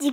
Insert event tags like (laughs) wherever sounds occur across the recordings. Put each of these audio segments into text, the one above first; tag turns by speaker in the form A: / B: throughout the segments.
A: 自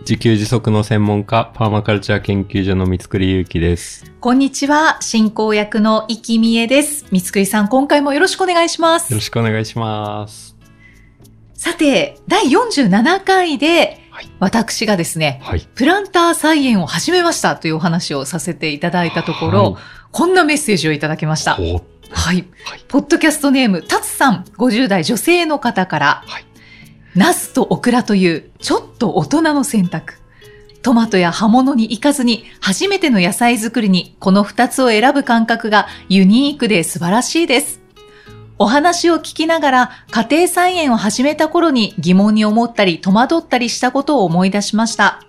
B: 自給自足の専門家、パーマカルチャー研究所の三栗祐樹です。よ
C: こんにちは進行役の生きみえです三栗さん今回もよろしくお願いします
B: ろしくお願いします。
C: さて第47回で
B: はい
C: 私がですね
B: はい。
C: プランター菜園を始めましたというお話をさせていただいたところ、こんなメッセージをいただきました
B: はい、ほう
C: はい。
B: はい
C: ポッドキャストネーム、タツさん、50代女性の方から、
B: はい
C: ナスとオクラという、ちょっと大人の選択。トマトや葉物に行かずに、初めての野菜作りに、この2つを選ぶ感覚がユニークで素晴らしいです。お話を聞きながら、家庭菜園を始めた頃に疑問に思ったり戸惑ったりしたことを思い出しました。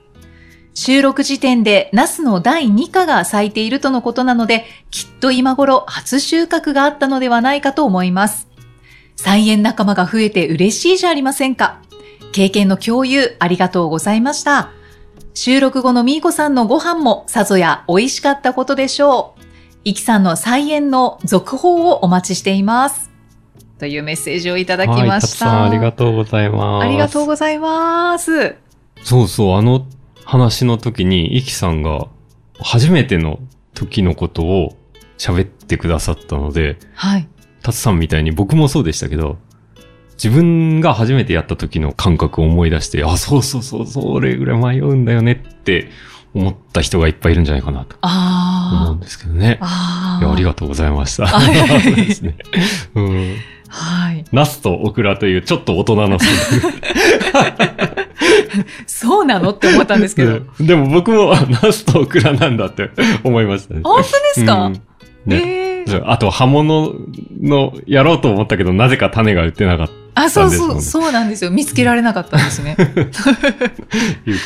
C: 収録時点でナスの第2課が咲いているとのことなので、きっと今頃初収穫があったのではないかと思います。菜園仲間が増えて嬉しいじゃありませんか。経験の共有ありがとうございました。収録後のみーこさんのご飯もさぞや美味しかったことでしょう。いきさんの菜園の続報をお待ちしています。というメッセージをいただき
B: はい、
C: ま
B: た
C: し
B: つ
C: た。
B: さんありがとうございます。
C: ありがとうございます。
B: そうそう、あの話の時に、イキさんが初めての時のことを喋ってくださったので、
C: はい。
B: タツさんみたいに僕もそうでしたけど、自分が初めてやった時の感覚を思い出して、あ、そうそうそう、それぐらい迷うんだよねって思った人がいっぱいいるんじゃないかなと思う
C: あ
B: んですけどね
C: あ。。あ
B: いや、あり
C: が
B: がとうございました。
C: あいやいやいや
B: そう (laughs) ですね。うん。
C: とう。はい。
B: ナスとオクラというちょっと大人の選
C: そうなのって思ったんですけ
B: (laughs)
C: ど。
B: 択でも僕もあナスとオクラなんだって思いましたね。
C: 本当ですか、
B: うんね。
C: えー
B: そうあと、刃物のやろうと思ったけど、なぜか種が売ってなかった
C: あ、そう
B: なん
C: そう、
B: です
C: そうなんですよ。見つけられなかったんです
B: (laughs)
C: ね。
B: という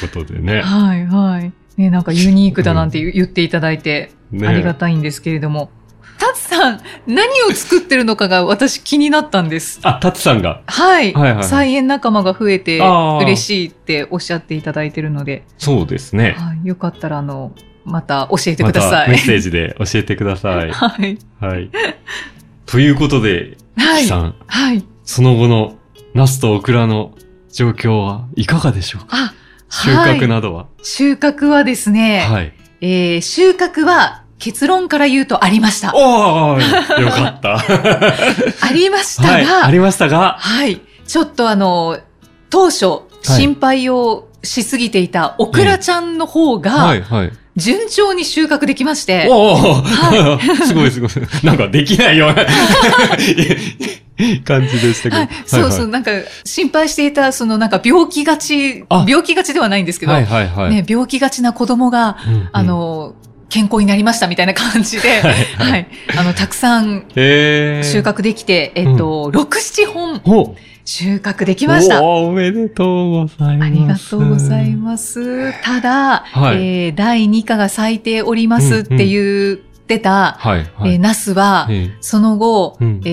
B: ことでね。
C: はい、はい。ね、なんかユニークだなんて言言っていただいて、
B: ね
C: ありがたいんですけれども。タツさん、何を作ってるのかが私気になったんです。
B: あ、タツさんが。
C: はい。
B: はいはい
C: 菜園仲間が増えて
B: あー
C: 嬉しいっておっしゃっていただいてるので、
B: そうですね。
C: はい、よかったら、あの、また教えてく
B: ま
C: ださ
B: た
C: い。
B: メッセージで教えてください。
C: (laughs) はい。
B: はい。ということで、
C: は
B: キ
C: い。
B: さん、
C: はい。
B: その後のナスとオクラの状況はいかがでしょうか
C: あ、
B: 収
C: はい
B: 穫などは。
C: 収穫はですね、
B: はい。
C: えー収穫は結論から言うとありました。
B: おお (laughs) ーよかった。
C: ありましたが、
B: はい、あ
C: はい、
B: りましたが、
C: ちょっとあの、当初、心配をしすぎていたオクラちゃんの方が、
B: い、はい。
C: 順調に収穫できまして、
B: おお、
C: は
B: すごいすごい。なんかできないような
C: (laughs)
B: 感じでしたけど。
C: はい、そうそう、
B: う。
C: なんか、心配していた、そのなんか病気がち、
B: あ
C: 病気がちではないんですけど、
B: はいはいはい。
C: ね、病気がちな子供が、
B: うんうん
C: あ、の、健康になりましたみたいな感じで、
B: は
C: は
B: い
C: い、
B: はい。
C: あの、たくさん
B: えー。
C: 収穫できて、えっ、と、6、7本
B: お
C: 収穫できました。
B: おーおめでとうございます。
C: ありがとうございます。ただ、
B: はい
C: えー第2課が咲いておりますって言ってた、
B: はいはい。
C: えーナスは、
B: え
C: その後、
B: えうん
C: え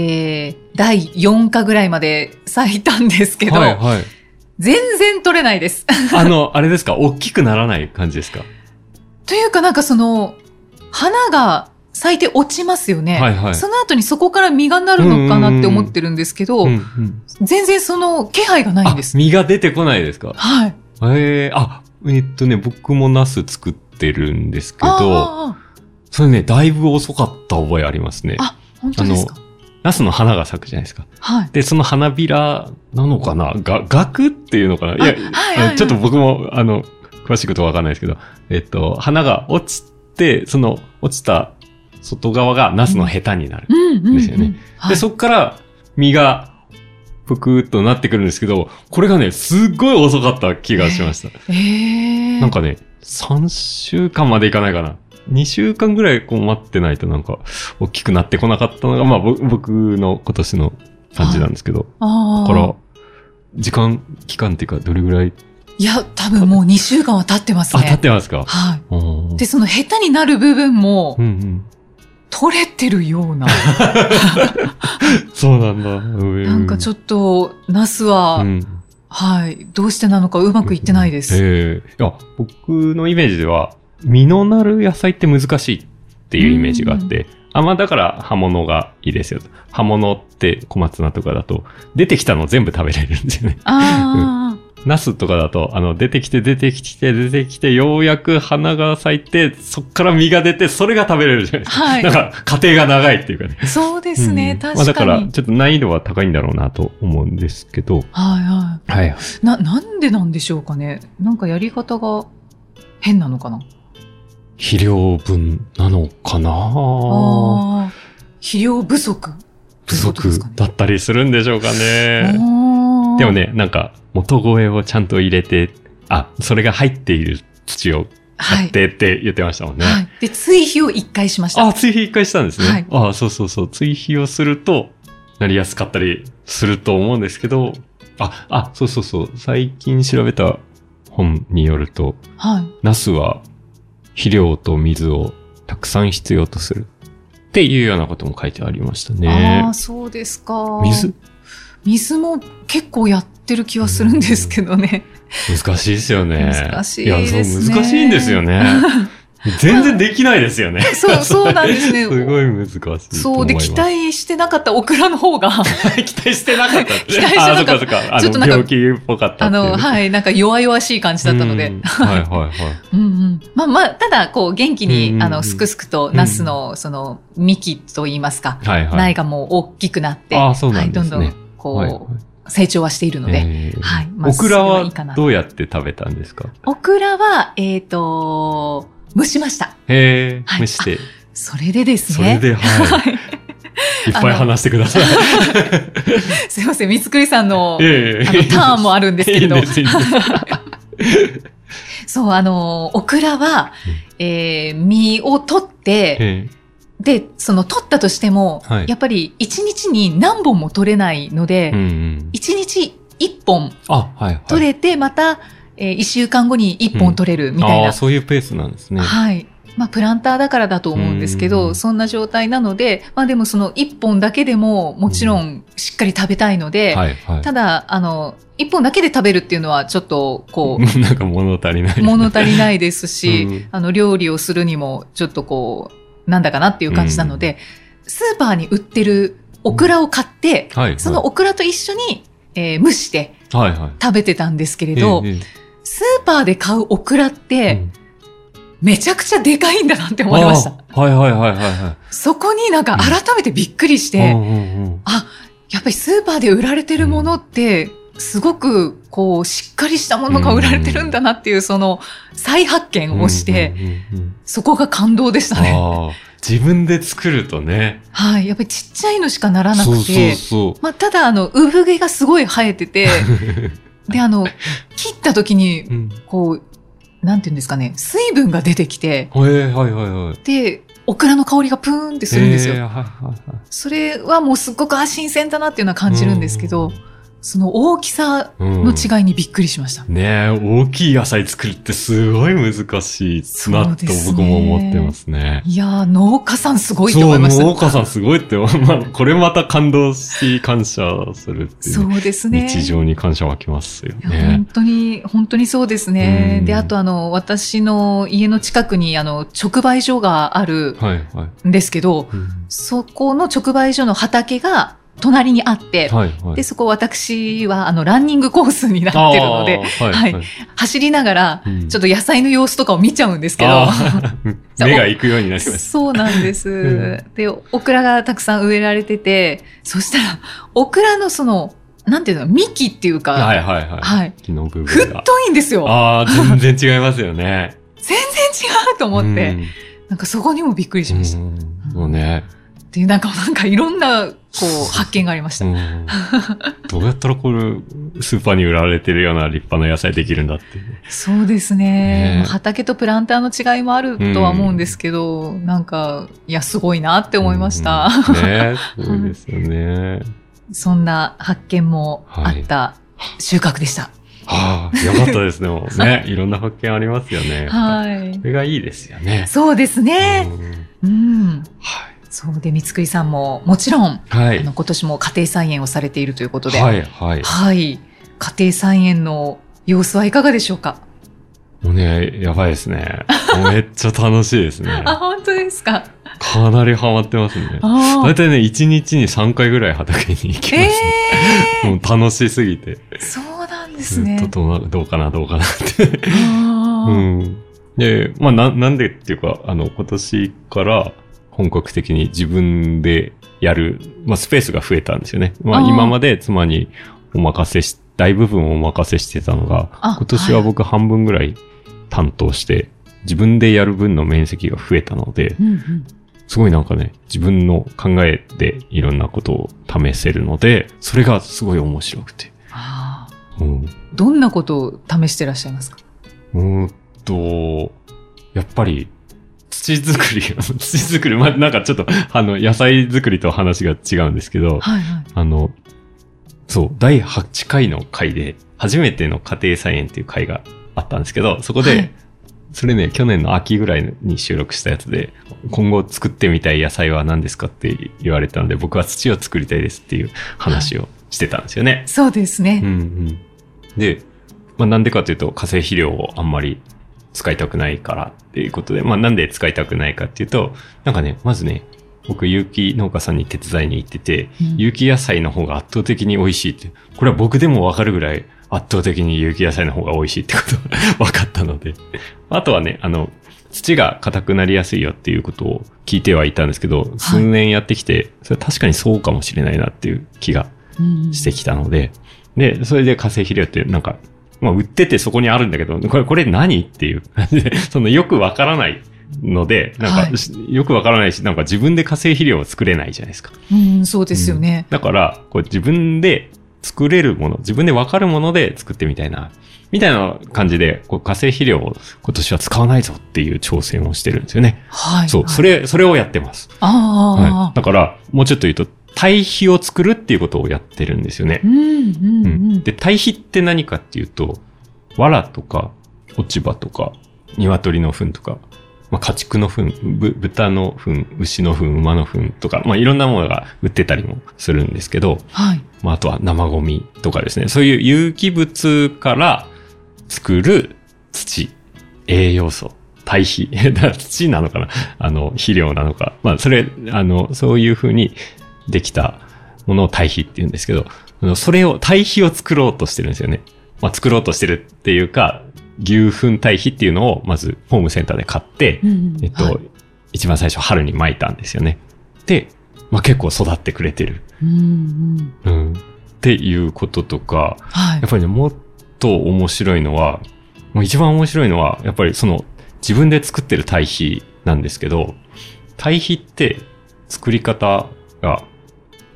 C: ー第4課ぐらいまで咲いたんですけど、
B: はいはい。
C: 全然取れないです。 (laughs)
B: あの、あれですか大きくならない感じですか
C: というかなんかその、花が咲いて落ちますよね。
B: はいはい
C: その後にそこから実がなるのかなって思ってるんですけど、
B: うんうん
C: 全然その気配がないん
B: あ
C: で、す。
B: 実が出てこないですか
C: はい。
B: ええあ、えっとね、僕もナス作ってるんですけど、
C: あ
B: それね、だいぶ遅かった覚えありますね
C: あ。ー、本当ですか。
B: ナスの花が咲くじゃないですか。
C: はい。
B: で、その花びらなのかなが、額っていうのかないや、
C: あはいはいはい
B: あのちょっと僕も、あの、詳しいことはわかんないですけど、えっと、花が落ちて、その落ちた外側がナスのヘタになる。
C: うんうん、うん。
B: ですよね
C: はい。
B: で、そっから実がぷくーっとなってくるんですけど、これがね、すっごい遅かった気がしました。
C: えー、
B: なんかね、3週間までいかないかな。2週間ぐらいこう待ってないとなんか大きくなってこなかったのが、まあぼ僕の今年の感じなんですけど、
C: あ
B: だ
C: ー
B: から、時間、期間っていうかどれぐらい
C: いや、多分もう2週間は経ってます
B: あ、
C: ね。
B: 立ってますか
C: は
B: うん
C: い。で、その下手になる部分も
B: うんうん。
C: 取れてるような。
B: そうなんだ。う
C: なんかちょ
B: っ
C: っと、ナスは、
B: うん
C: はい、どうしてなのかうまくいってないです。
B: ええいや、僕のイメージでは、実のなる野菜って難しいっていうイメージがあって、あ、まあだから葉物がいいですよと。葉物って小松菜とかだと、出てきたの全部食べれるんですよね。 (laughs)
C: ああ、
B: ナスとかだと、あの、出てきて出てきて出てきて、ようやく花が咲いて、そっから実が出て、それが食べれるじゃないですか。
C: は
B: なん
C: い。
B: か、過程が長いっていうかね。
C: そうで
B: です
C: ね、
B: まあだ
C: 確
B: か、
C: からに。
B: ちょっと難易度は高いんだろうなと思うんですけど。
C: はいは
B: はい。
C: い。な、なんでなんでしょうかね。なんかやり方が変なのかな。
B: 肥料分なのかな
C: ああ、肥料不足。
B: 不
C: ということで
B: 足
C: すかね
B: だったりするんでしょうかね。で
C: で
B: も、ね、なんか、元声をちゃんと入れて、あ、それが入っている土を
C: は
B: 買
C: い
B: っ。てって言ってましたもんね。
C: はい。で、追肥を一回しました。
B: あ、追肥一回したんですね。
C: はい
B: あそうそうそう。追肥をすると、なりやすかったりすると思うんですけど、あ、あ、そうそうそう。最近調べた本によると、
C: はい。
B: ナスは肥料と水をたくさん必要とするっていうようなことも書いてありました
C: あ
B: ね
C: あ、。そうですか。
B: 水
C: 水も結構やってる気はするんですけどね。
B: 難しいですよね。
C: 難しいですね
B: や、そう、難しいんです
C: (laughs)
B: よね。全然できないですよね。
C: そう、そうなんですね。
B: (laughs) すごい難しいと思います。
C: そうで、期待してなかったオクラの方が、
B: (laughs) 期待してなかったです
C: (laughs) 期
B: ね。
C: 待してなかった
B: あ、そっかそっか。あ
C: ちょっと
B: の、
C: なんか
B: 病気っぽかった
C: あ
B: っていう。
C: の、はい、なんか弱々しい感じだったので
B: うん。はいはいはい。
C: うんうん。まあまあ、ただ、こう、元気
B: うんう
C: に
B: ん、
C: あの、すくすくと、ナスの、その、幹といいますか、
B: はいはい。
C: 苗がもう大きくなって、
B: あーそうなんです
C: は
B: ね
C: い、どんどん、
B: はい
C: こう、成長はしているので。
B: えー
C: はいまあ
B: オクラ
C: それはいい
B: は
C: かな
B: どうやって食べたんですか
C: オクラは、えっ、と、蒸しました。
B: へえ
C: は、い
B: 蒸して。
C: それでです
B: それ
C: ね。
B: で、はい。
C: はい。
B: いっぱい話してください。
C: すいません、三つくりさんの、
B: ええ
C: あの、ターンもあるんですけれど
B: (laughs) いいん。ですいいんです
C: そう、あの、オクラは、えー、実を取って、
B: ええ
C: で、その取ったとしても、
B: はい
C: やっぱり一日に何本も取れないの
B: うんう
C: で、
B: ん。
C: 一日一本
B: あ、はいはい。
C: 取れて、また、えー一週間後に一本取れるみたい
B: あ
C: な。
B: あ、そういうペースなんですね。
C: はい。まあ、プランターだからだと思うんですけ
B: うんうんう
C: ど、
B: ん
C: そんな状態なので、まあでもその一本だけでも、もちろんしっかり食べたいので、
B: はいはい。
C: ただ、あの、一本だけで食べるっていうのはちょっと、こう、
B: なんか物足りない。
C: 物足りないですし、
B: うん
C: あの料理をするにもちょっとこうなんだかなっていう感じなので、スーパーに売ってるオクラを買って、
B: はいはい。
C: そのオクラと一緒に、えー蒸して
B: はいはい。
C: 食べてたんですけれど、
B: えええ
C: スーパーで買うオクラって、
B: えうん
C: めちゃくちゃでかいんだなって思いました。
B: ああはいはいはいはいは
C: そこになんか改めてびっくりし
B: い。
C: て、
B: うんうんうん
C: やっぱりスーパーで売られてるものって、すごくこうしっかりしたものが売られてるんだなっていうその再発見をして、
B: うんうんうんうん
C: そこが感動でしたね。
B: ああ、自分で作るとね。
C: はい。やっぱりちっちゃいのしかならなく
B: そう
C: て。
B: そうそ
C: まあ、ただ、あの、産毛がすごい生えて
B: (laughs)
C: て、
B: う。
C: で、あの、切った時に、
B: うん
C: こう、なんていうんですかね、水分が出てきて、
B: はいはいはいはい。
C: で、オクラの香りがプーンってするんですよ。
B: ええはいはいはい
C: それはもうすっごく、あ、新鮮だなっていうのは感じるんですけど、その大きさ
B: うん
C: の違いにびっくりしました。
B: ねえ、大きい野菜作るってすごい難しいなと僕も思ってますね。
C: いやー、農家さんすごいと
B: そ
C: 思
B: う、
C: いました。
B: 農家さんすごいって、 (laughs) まあ、これまた感動し、感謝するっていう
C: そ
B: ね、
C: うですね。
B: 日常に感謝湧きますよ
C: いや本
B: ね。
C: 当に、本当にそうですね
B: う。ん
C: で、あとあの、私の家の近くに、あの、直売所がある
B: はいはい。
C: んですけど、
B: うん
C: そこの直売所の畑が隣にあって、
B: はいはい。
C: で、そこ私は、あの、ランニングコースになってるので、
B: あー、はい
C: はい走りながら、ちょっ
B: っ
C: と野菜の様子とかを見ちゃうんですけど、 (laughs)
B: ど。 (laughs) 目が行くようになります。
C: そうなんです。
B: う
C: で、オクラがたくさん植えられてて、そしたら、オクラのその、なんていうの、幹っていうか、
B: はいはいはい。
C: はい
B: 木の部分が。
C: 太いんですよ。
B: ああ、全然違いますよね。
C: 全然違う (laughs) と思って、
B: うん
C: なんかそこにもびっくりしました。
B: うんもうね、
C: っていう、なんか、なんかいろんな、こう、発見がありました。
B: うんどうやったらこれ、スーパーに売られてるような立派な野菜できるんだっていうね。
C: そうですね
B: ね。
C: まあ畑とプランターの違いもあるとは思うんですけど、なんか、いや、すごいなって思いました。
B: うんね、すごいですよね。
C: そんな発見もあった収穫でした。
B: ああ、よかっ
C: (laughs)
B: たですね。もうね、いろんな発見ありますよね。
C: はい
B: そ。れがいいですよね。
C: そうですね。
B: う
C: う
B: ん
C: ん。
B: はい。
C: そうで、三つくりさんも、もちろん、
B: は
C: あ
B: い
C: の、。今年も家庭菜園をされているということで、
B: はい、はい。
C: はい。家庭菜園の様子はいかがでしょうか
B: もうね、やばいですね。もうめっちゃ楽しいですね。
C: あ、本当ですか。
B: かなりハマってますね。
C: あ
B: だい
C: ー
B: たいね、1日に3回ぐらい畑に行きます
C: え
B: ね。もう楽しすぎて。 (laughs)
C: ー、そうなんで
B: ず
C: す
B: っと
C: ね。
B: どうなどうかな、どうかなって。
C: あ
B: う
C: ー
B: ん。で、まあな、なんでっていうか、あの、今年から本格的に自分でやる、まあ、スペースが増えたんですよね。まあ、
C: あー
B: 今まで妻にお任せし、大部分をお任せしてたのが、
C: あ
B: 今年は僕半分ぐらい担当して、自分でやる分の面積が増えたので、
C: うんうん
B: すごいなんかね、自分の考えでいろんなことを試せるので、それがすごい面白くて。
C: あー
B: うん。
C: どんなことを試してらっしゃいますか
B: うーんと、やっぱり、土作り、 (laughs) 土作り、まあ、なんかちょっと、あの、野菜作りと話が違うんですけど、
C: はいはい。
B: あの、そう、第8回の回で、初めての家庭菜園っていう回があったんですけど、そこで、
C: はい
B: それね、去年の秋ぐらいに収録したやつで、今後作ってみたい野菜は何ですかって言われたので、僕は土を作りたいですっていう話をしてたんですよね。
C: そうです
B: うん
C: ね。
B: うん、で、まあ、なんでかというと化成肥料をあんまり使いたくないからっていうことで、まあ、なんで使いたくないかっていうとなんかねまずね僕有機農家さんに手伝いに行ってて
C: うん
B: 有機野菜の方が圧倒的に美味しいってこれは僕でもわかるぐらい圧倒的に有機野菜の方が美味しいってことが (laughs) 分かったのであとはねあの土が硬くなりやすいよっていうことを聞いてはいたんですけど数年やってきてそれは確かにそうかもしれないなっていう気が
C: うん
B: してきたので、で、それで化成肥料ってなんか、まあ売っててそこにあるんだけど、これ、これ何っていう (laughs) 感じで、そのよくわからないので、なんか、
C: はい
B: しよくわからないし、なんか自分で化成肥料を作れないじゃないですか。
C: うん、そうですよね。
B: だから、こう自分で作れるもの、自分でわかるもので作ってみたいな、みたいな感じで、こう化成肥料を今年は使わないぞっていう挑戦をしてるんですよね。
C: はい。
B: そう、それ、それをやってます。は
C: あ
B: い。
C: あ。
B: だから、もうちょっと言うと、堆肥を作るっていうことをやってるんですよね
C: う。んうんうん。
B: で、堆肥って何かっていうと、藁とか、落ち葉とか、鶏の糞とか、まあ、家畜の糞、ぶ豚の糞、牛の糞、馬の糞とか、まあ、いろんなものが売ってたりもするんですけど、
C: はい。
B: まあ、あとは生ゴミとかですね、そういう有機物から作る土、栄養素、堆肥、 (laughs) だから土なのかなあの、肥料なのか。まあ、それ、あの、そういうふうにできたものを堆肥って言うんですけど、あのそれを、堆肥を作ろうとしてるんですよね。まあ、作ろうとしてるっていうか、牛糞堆肥っていうのを、まず、ホームセンターで買って、
C: うんうん
B: えっと、
C: はい
B: 一番最初春に撒いたんですよね。で、まあ、結構育ってくれてる。
C: うんうん。
B: うん。っていうこととか、
C: はい
B: やっ。ぱりね、もっと面白いのは、もう一番面白いのは、やっぱりその、自分で作ってる堆肥なんですけど、堆肥って作り方が、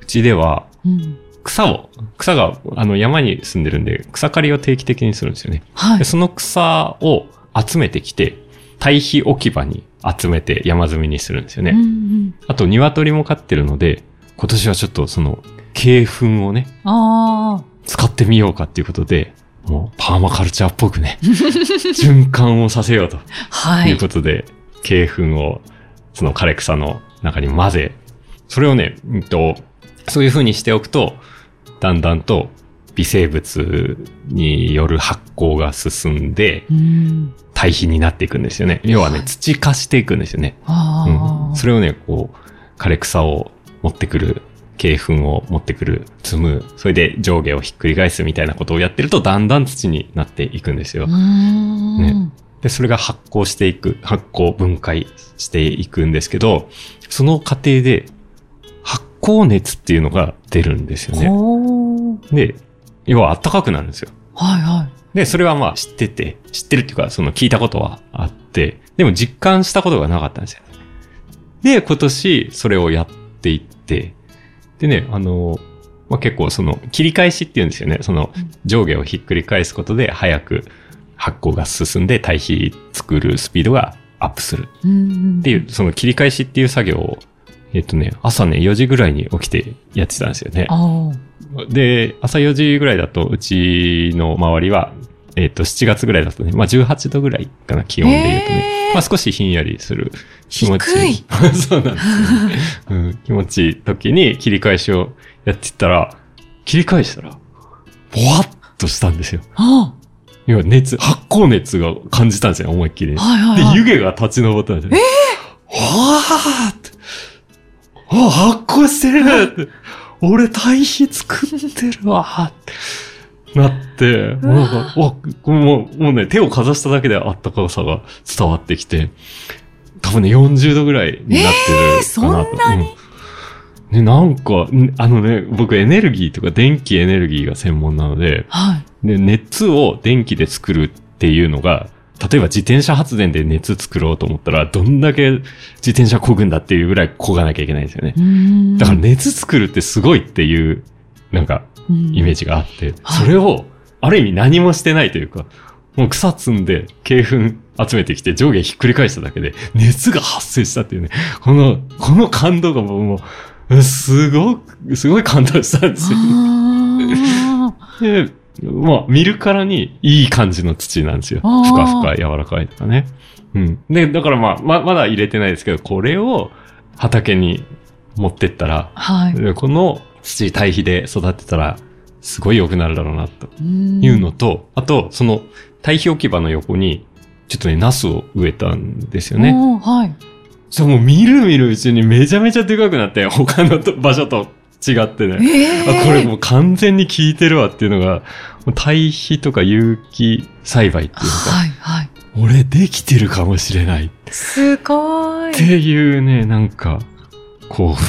B: うちでは
C: うん
B: 草を、草が、あの山に住んでるんで、草刈りを定期的にするんですよね。
C: はい
B: で。その草を集めてきて、堆肥置き場に集めて山積みにするんですよね。
C: うんうん
B: あと、鶏も飼ってるので、今年はちょっとその、鶏糞をね、
C: あ
B: 使ってみようかっていうことで、もうパーマカルチャーっぽくね、循環をさせようと。
C: あ。はいいう
B: ことで、鶏粉をその枯れ草の中に混ぜ、それをね、うんと、そういう風にしておくと、だんだんと微生物による発酵が進んで、
C: うん。
B: 堆肥になっていくんですよね。要はね、土化していくんですよね。
C: あ
B: う
C: あ
B: ん、。それをね、こう、枯れ草を持ってくる、鶏粉を持ってくる、積む、それで上下をひっくり返すみたいなことをやってると、だんだん土になっていくんですよ
C: う。ん。
B: ねで、それが発酵していく、発酵、分解していくんですけど、その過程で、発酵熱っていうのが出るんですよね。
C: ほう。
B: で、要は暖かくなるんですよ。
C: はいはい。
B: で、それはまあ知ってて、知ってるっていうか、その聞いたことはあって、でも実感したことがなかったんですよ。で、今年それをやっていって、でね、あの、まあ、結構その切り返しっていうんですよね。その
C: うん
B: 上下をひっくり返すことで早く発酵が進んで堆肥作るスピードがアップする
C: うんうん。
B: っていう、その切り返しっていう作業をえっとね、朝ね、4時ぐらいに起きてやってたんですよね。
C: あ
B: で、朝4時ぐらいだと、うちの周りは、えっ、と、7月ぐらいだとね、まあ18度ぐらいかな、気温で言うとね
C: へ。ー
B: まあ少しひんやりする気持ち。
C: 低い
B: (laughs) そうなんですよ、うん。気持ちいい時に切り返しをやってたら、切り返したら、ぼわっとしたんですよ。
C: あ。
B: 要は熱、発酵熱が感じたんですよ、思いっきりね。
C: はいはい、
B: で、
C: はい。
B: 湯気が立ち上ったんですよ。えはあって。あ、発酵してるって。俺、堆肥作ってるわって。なって、もうなんか、わ、これもう、もうね、手をかざしただけであったかさが伝わってきて、多分ね、40度ぐらいになってるかなと。
C: えーそんなに
B: うんね、なんか、んあのね、僕エネルギーとか電気エネルギーが専門なので、
C: はい。
B: で、熱を電気で作るっていうのが、例えば自転車発電で熱作ろうと思ったら、どんだけ自転車漕ぐんだっていうぐらい漕がなきゃいけないんですよね。
C: うーん
B: だから、熱作るってすごいっていう、なんか、イメー
C: ジ。
B: ジがあって、
C: はい
B: それを、ある意味何もしてないというか、もう草摘んで、鶏粉集めてきて上下ひっくり返しただけで、熱が発生したっていうね、この、この感動がもう、うんすごく、すごい感動したんですよ。
C: あー
B: で、まあ、見るからにいい感じの土なんですよ。
C: あー
B: ふかふか柔らかいとかね。うん。で、だからまあ、ま、まだ入れてないですけど、これを畑に持ってったら、
C: はい。
B: でこの土堆肥で育てたら、すごい良くなるだろうな、とい
C: いう
B: のと、あと、その堆肥置き場の横に、ちょっとね、ナスを植えたんですよね。
C: おーはい。
B: そう、もう見る見るうちにめちゃめちゃでかくなって、他のと場所と違ってね。
C: ええ
B: あこれもう完全に効いてるわっていうのが、もう堆肥とか有機栽培っていうのが、
C: はいはい。
B: 俺できてるかもしれないっ
C: すごい。
B: ていうね、なんか、こう、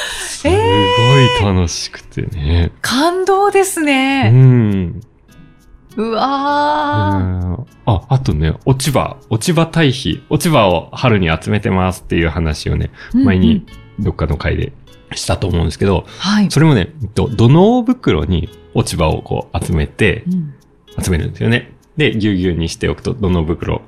B: すごい楽しくてね。
C: (laughs) 感動です
B: う
C: ね。
B: ん。
C: うわ
B: うんあ、あとね、落ち葉、落ち葉堆肥、落ち葉を春に集めてますっていう話をね、
C: ー。
B: 前
C: うんう
B: に
C: ん。
B: どっかの回でしたと思うんですけど、
C: はい。
B: それもね、えっと土のう袋に落ち葉をこう集めて、
C: うん
B: 集めるんですよね。で、ぎゅうぎゅうにしておくと、どの袋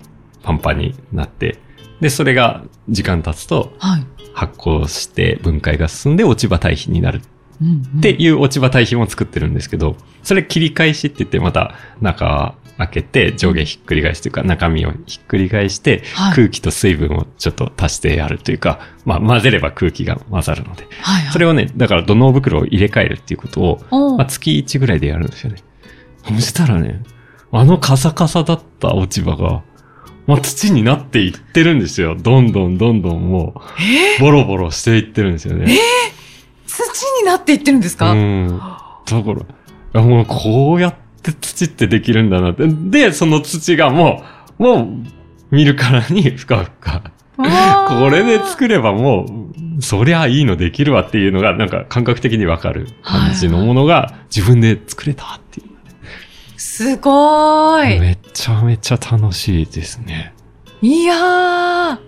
B: パンパンになって、で、それが時間経つと
C: はい。
B: 発酵して分解が進んで落ち葉堆肥になる
C: うんうん
B: っていう落ち葉堆肥も作ってるんですけど、それ切り返しって言ってまた中開けて上下ひっくり返しというか中身をひっくり返して
C: はい
B: 空気と水分をちょっと足してやるというか、まあ混ぜれば空気が混ざるので。
C: はいはい。
B: それをね、だから土のう袋を入れ替えるっていうことを
C: おー
B: まあ、月1ぐらいでやるんですよね。そしたらね、あのカサカサだった落ち葉が、まあ、土になっていってるんですよ。どんどんどんどんもう、ボロボロしていってるんですよね。
C: 土になっていってるんですか
B: うん。だから、いやもうこうやって土ってできるんだなって。で、その土がもう、もう、見るからにふかふか。こ
C: こ
B: れで作ればもう、そりゃいいのできるわっていうのが、なんか感覚的にわかる感じのものが自分で作れたっていう。
C: すごー
B: めちゃめちゃ楽しいですね。
C: い。いやー。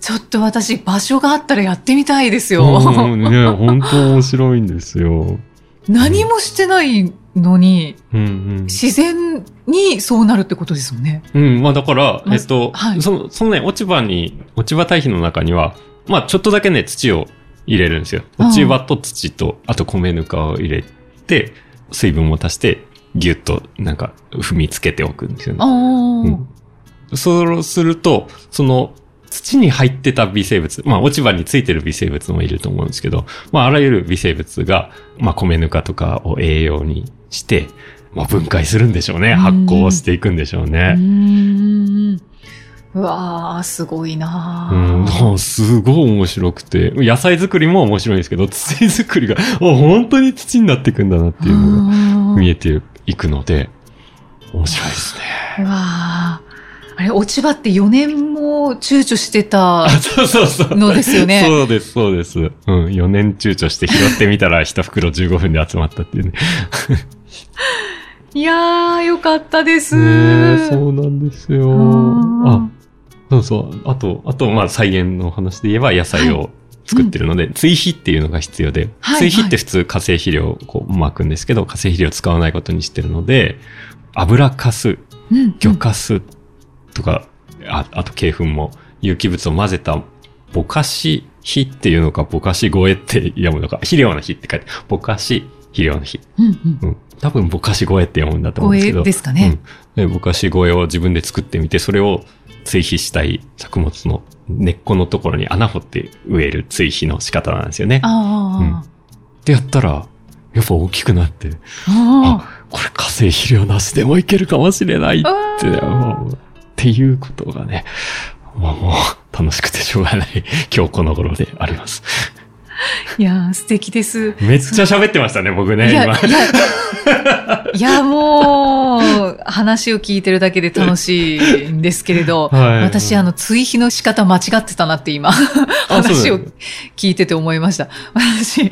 C: ちょっと私、場所があったらやってみたいですよ。
B: うん、ね、本当面白いんですよ。
C: (laughs) 何もしてないのに、
B: うん
C: 自然にそうなるってことですもんね。
B: うん。うん、まあだから、
C: ま
B: えっと、
C: はい
B: その、そのね、落ち葉に、落ち葉堆肥の中には、まあちょっとだけね、土を入れるんですよ。
C: うん
B: 落ち葉と土と、あと米ぬかを入れて、水分も足して、ぎゅっと、なんか、踏みつけておくんですよね。
C: あー
B: うん、そうすると、その、土に入ってた微生物、まあ落ち葉についてる微生物もいると思うんですけど、まああらゆる微生物が、まあ米ぬかとかを栄養にして、まあ分解するんでしょうね。
C: うん
B: 発酵していくんでしょう
C: うー
B: ね。
C: ん。うわー、すごいな
B: う
C: ー
B: ん、だ (laughs) からすごい面白くて、野菜作りも面白いんですけど、土作りが、あ本当に土になっていくんだなっていうのが見えていくので、面白いですね。
C: うわーあれ、落ち葉って4年も躊躇してた
B: あ、そうそうそう。
C: のですよね。
B: そうです、そうです。うん、4年躊躇して拾ってみたら一袋15分で集まったっていうね。
C: いやー、よかったです。
B: ねえそうなんですよ。
C: うん
B: あ、そうそう。あと、あと、まあ、菜園の話で言えば野菜を作ってるので、追肥っていうのが必要で、
C: はい
B: 追肥って普通化成肥料をこう巻くんですけど、化成肥料を使わないことにしてるので、油かす、
C: うん、
B: 魚かすとか、ああと鶏粉も有機物を混ぜたぼかし火っていうのか、ぼかし声って読むのか、肥料の火って書いて、ぼかし肥料の火。
C: うんうん。
B: うん。多分、ぼかし声って読むんだと思うんですけど。
C: 声ですかね。
B: うん。でぼかし声を自分で作ってみて、それを追肥したい作物の根っこのところに穴掘って植える追肥の仕方なんですよね。
C: あ
B: ってやったら、やっぱ大きくなって、
C: あ。あ
B: あ、これ化成肥料なしでもいけるかもしれないっ
C: あ。
B: て、もうっていうことがね、まあもう楽しくてしょうがない (laughs) 今日この頃であります。
C: いやー、素敵です。
B: めっちゃ喋ってましたね、僕
C: い
B: ね、
C: や、い
B: 今
C: や。、いや、もう、話を聞いてるだけで楽しいんですけれど、
B: (laughs) はい
C: 私、あの、追肥の仕方間違ってたなって今、 (laughs)
B: あそう
C: 話
B: な
C: を
B: んだ
C: 聞いてて思いました。私、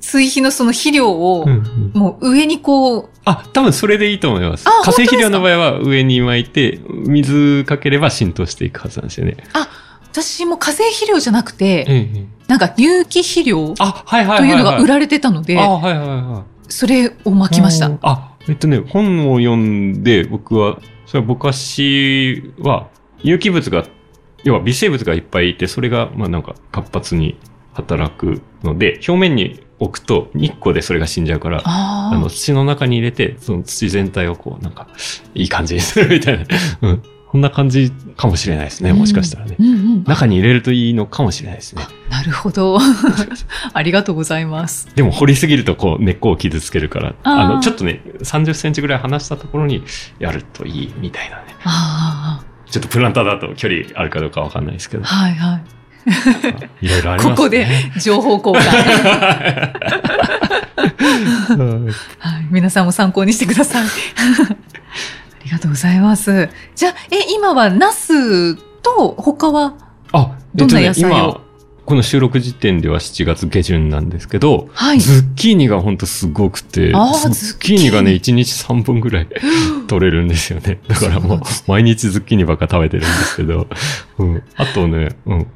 C: 追肥のその肥料を、
B: うんうん
C: もう上にこう、
B: あ、多分それでいいと思います。
C: あ
B: 化成肥料の場合は上に巻いて、水かければ浸透していくはずなんですよね。
C: 私も化成肥料じゃなくて、
B: ええ
C: なんか有機肥料
B: あ、はいはい
C: と
B: はい、
C: いうのが売
B: ら
C: られてたので、
B: あ、はいはいはい。
C: それを巻きました。。
B: あ、えっとね、本を読んで、僕は、それはぼかしは、有機物が、要は微生物がいっぱいいて、それが、まあなんか活発に働くので、表面に置くと日光でそれが死んじゃうから、
C: あ
B: あ
C: あ
B: の、土の中に入れて、その土全体をこう、なんか、いい感じにするみたいな。うん。こんな感じかもしれないですね、もしかしたらね。
C: うんうん。
B: 中に入れるといいのかもしれないですね。
C: なるほ
B: (laughs)
C: ど。ありがとうございます。
B: でも掘りすぎるとこう根っこを傷つけるから、
C: あー
B: あの、ちょっとね、30センチぐらい離したところにやるといいみたいなね。
C: あ
B: ちょっとプランターだと距離あるかどうかわかんないです
C: (laughs)
B: けど
C: あ、、はいはい。
B: いろいろあります、ね。
C: ここで情報交換。 (laughs)
B: はい。
C: はい、皆さんも参考にしてください。 (laughs) ありがとうございます。じゃあ、え、今はナスと他は、
B: あ、
C: どんな野菜を
B: えっとね今、この収録時点では7月下旬なんですけど、
C: はい。
B: ズッキーニがほんとすごくて、
C: あー
B: ズッキーニがね、1日3本ぐらい (laughs) 取れるんですよね。だからもう、毎日ズッキーニばっか食べてるんですけど、うん。あとね、うん。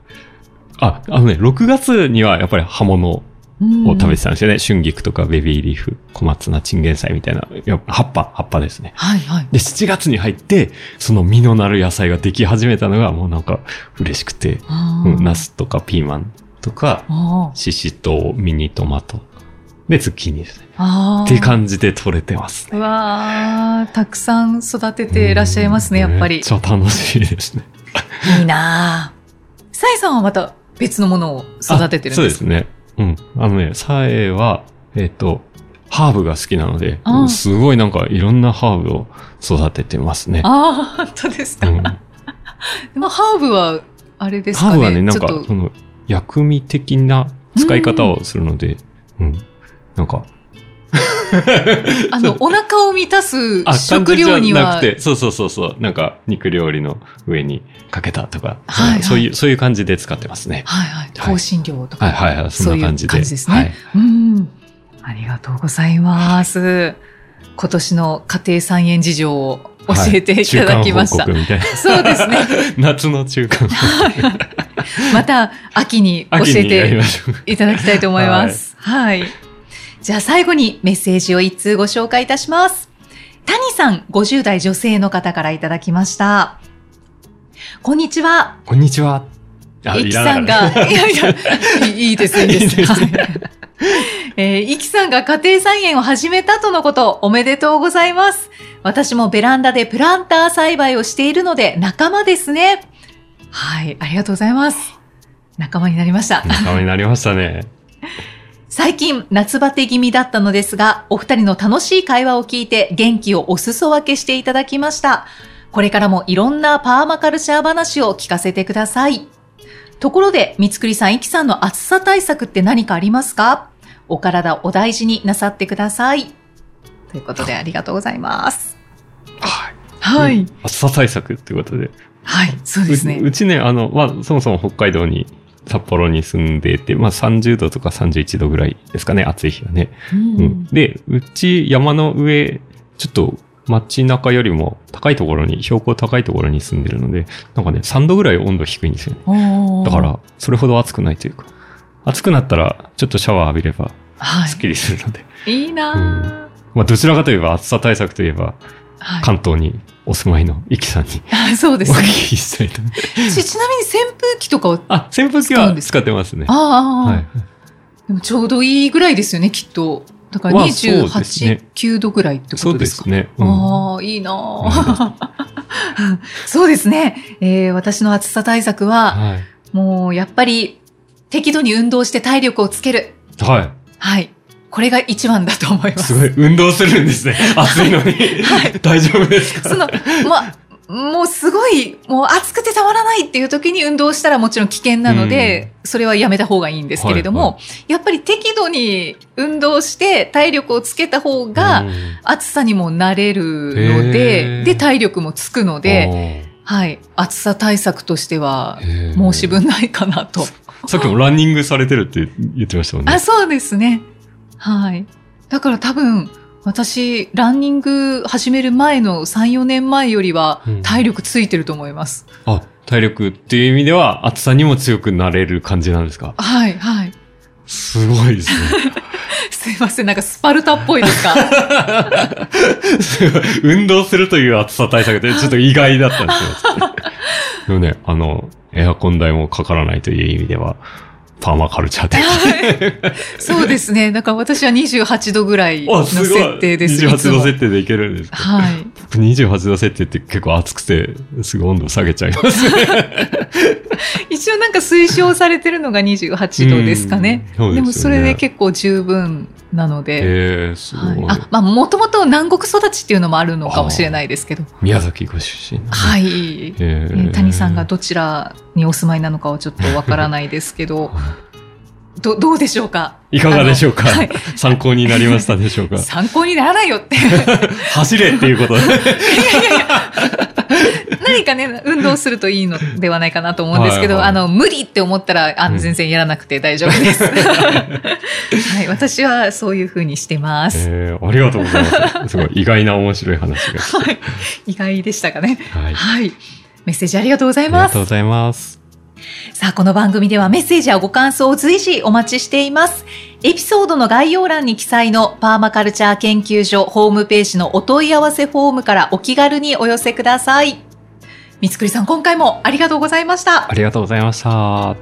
B: あ、あのね、6月にはやっぱり葉物を
C: うん
B: 食べてたんですよね。春菊とかベビーリーフ、小松菜、チンゲン菜みたいな、やっぱ葉っぱ、葉っぱですね。
C: はいはい。
B: で、7月に入って、その実のなる野菜ができ始めたのが、もうなんか、嬉しくて、
C: あ
B: うん、ナ。スとかピーマンとか、
C: あ
B: シシトウ、ミニトマト。で、ズッキーニですね。
C: あ。ああ。
B: って感じで取れてますね。
C: うわあ、たくさん育てていらっしゃいますね、やっぱ
B: めっ
C: り。
B: ちゃ楽しいですね。
C: いいなあ。サイさんはまた別のものを育ててるん
B: あそう
C: で
B: ですすね。うん。あのね、サエは、えっ、と、ハーブが好きなので
C: あ、ー
B: すごいなんかいろんなハーブを育ててますね。
C: (laughs) ああ、本当ですか。
B: うん
C: まあ、ハーブは、あれですかね。
B: ハーブはね、なんか
C: ちょっ、と
B: その、薬味的な使い方をするので、うん。なんか、
C: あの、お腹を満たす
B: あ
C: 食料には
B: 単純じゃなく、て、そうそうそうそう、なんか肉料理の上にかけたとか、
C: はいはい
B: そういう、そういう感じで使ってますね。
C: はいはい、
B: はい
C: 香辛料とか、
B: はいはいはい、そ
C: そうんい
B: な
C: う
B: 感じで。
C: 感じですね。
B: はい
C: うん。ありがとうございます。今年の家庭菜園事情を教えていただきました。
B: はい中間報告みたいな。
C: そうですね。
B: (laughs) 夏の
C: (laughs)
B: 中間報告。
C: また秋に教
B: 秋
C: え
B: にやり
C: て
B: ましょう。
C: いただきたいと思います。はい、じゃあ最後にメッセージを一通ご紹介いたします。谷さん、50代女性の方からいただきました。こんにちは。
B: こんにちは。あ
C: イキさん
B: いらなかっ (laughs)
C: が、いやいや、いいいです、いいです。
B: いいです
C: はい (laughs) えー、イキさんが家庭菜園を始めたとのこと、おめでとうございます。私もベランダでプランター栽培をしているので、仲間ですね。はい、ありがとうございます。仲間になりました
B: た。仲間になりましたね。
C: 最近、夏バテ気味だったのですが、お二人の楽しい会話を聞いて、元気をお裾分けしていただきました。これからもいろんなパーマカルチャー話を聞かせてください。ところで、三つくりさん、いきさんの暑さ対策って何かありますかお体お大事になさってください。ということで、ありがとうございます。
B: はい。
C: は
B: うん。。暑さ対策っていうことで。
C: はい、そうですね
B: う。うちね、あの、まあ、そもそも北海道に、札幌に住んでいて、まあ、30度とか31度ぐらいですかね、暑い日はね。
C: う
B: うんん。で、うち山の上、ちょっと街中よりも高いところに、標高高いところに住んでるので、なんかね、3度ぐらい温度低いんですよね。
C: おー
B: だか、ら、それほど暑くないというか、暑くなったら、ちょっとシャワー浴びれば、
C: は
B: すっきりするので、
C: い。いいなー
B: まあ、どちらかといえば暑さ対策といえば、
C: はい
B: 関東にお住まいのイキさんに
C: あ (laughs) そう
B: お
C: です
B: 聞
C: ね。
B: きしたいと思います。
C: ちちなみに扇風機とかは、
B: あ、扇風機
C: 使うん
B: は
C: です
B: 使ってますね。
C: ああ、
B: はい。
C: でもちょうどいいぐらいですよね、きっと。だから
B: まあそう
C: 28、
B: ですね
C: 9度ぐらいってこ
B: そ
C: と
B: う
C: で
B: です
C: か
B: すね。うん
C: ああ、いいなあそうですね、えー私の暑さ対策は、
B: はい。
C: もうやっぱり適度に運動して体力をつける。
B: は
C: はい。これが一番だと思い
B: い。
C: ますす。
B: ごい。運動するんですね。暑いのに。 (laughs) 大丈夫ですか
C: その、ま、もうすごい、もう暑くてたまらないっていう時に運動したらもちろん危険なので、それはやめた方がいいんですけれども、
B: はいは
C: やっぱり適度に運動して体力をつけた方が、
B: うん
C: 暑さにも慣れるの
B: へ
C: で、
B: ー
C: で、体力もつくので、
B: で、
C: はい、暑さ対策としては
B: へー
C: 申し分ないかなと。
B: さっきもランニングされてるって言ってましたもんね。
C: あ、そうですね。はい。だから多分、私、ランニング始める前の3、4年前よりは
B: うん
C: 体力ついてると思います。
B: あ、体力っていう意味では暑さにも強くなれる感じなんですか
C: はい、はい。
B: すごいですね。 (laughs)
C: すいません、なんかスパルタっぽいですか
B: すごい運動するという暑さ対策ってちょっと意外だった
C: (laughs)
B: んですよ。でもね、あの、エアコン代もかからないという意味では、パーマカルチャーで。
C: (laughs) そうですね。だから私は28度ぐらいの
B: あ、すごい。
C: 設定です。いつ
B: 28
C: も
B: 度設定でいけるんですか
C: はい。
B: 28度設定って結構暑くて、すごい温度下げちゃいますね。
C: 一応なんか推奨されてるのが28度ですかね。
B: うん。そう
C: でも
B: す
C: そ
B: よね
C: れで結構十分なので。
B: えー、すご
C: はい
B: い。
C: あ、まあ、もともと南国育ちっていうのもあるのかもしれないですけど。
B: 宮崎ご出身。い。
C: はい。
B: え
C: え
B: ー
C: ー谷さんがどちらにお住まいなのかはちょっとわからないですけ
B: (laughs)
C: ど、どどうでしょうか
B: いかがでしょうか
C: あのはい
B: 参考になりましたでしょ (laughs) うか
C: 参考にならないよって。い
B: 走れっていう (laughs) ことで。
C: やいやいや何かね、運動するといいのではないかなと思うんですけど、
B: はいはい
C: あの、無理って思ったら、あ
B: う
C: の、
B: ん
C: 全然やらなくて大丈夫
B: (laughs)
C: です。はい、私はそういうふうにしてます。
B: えーありがとうございます。すごい意外な面白い話が。
C: はい。意外でしたかね。
B: はい。あ
C: はい。メッセージありがとうござい
B: り
C: ま
B: が
C: す
B: とう。ございます。
C: さあ、この番組ではメッセージやご感想を随時お待ちしています。エピソードの概要欄に記載のパーマカルチャー研究所ホームページのお問い合わせフォームからお気軽にお寄せください。三つくりさん、今回もありがとうございました
B: あ。りがとうございました。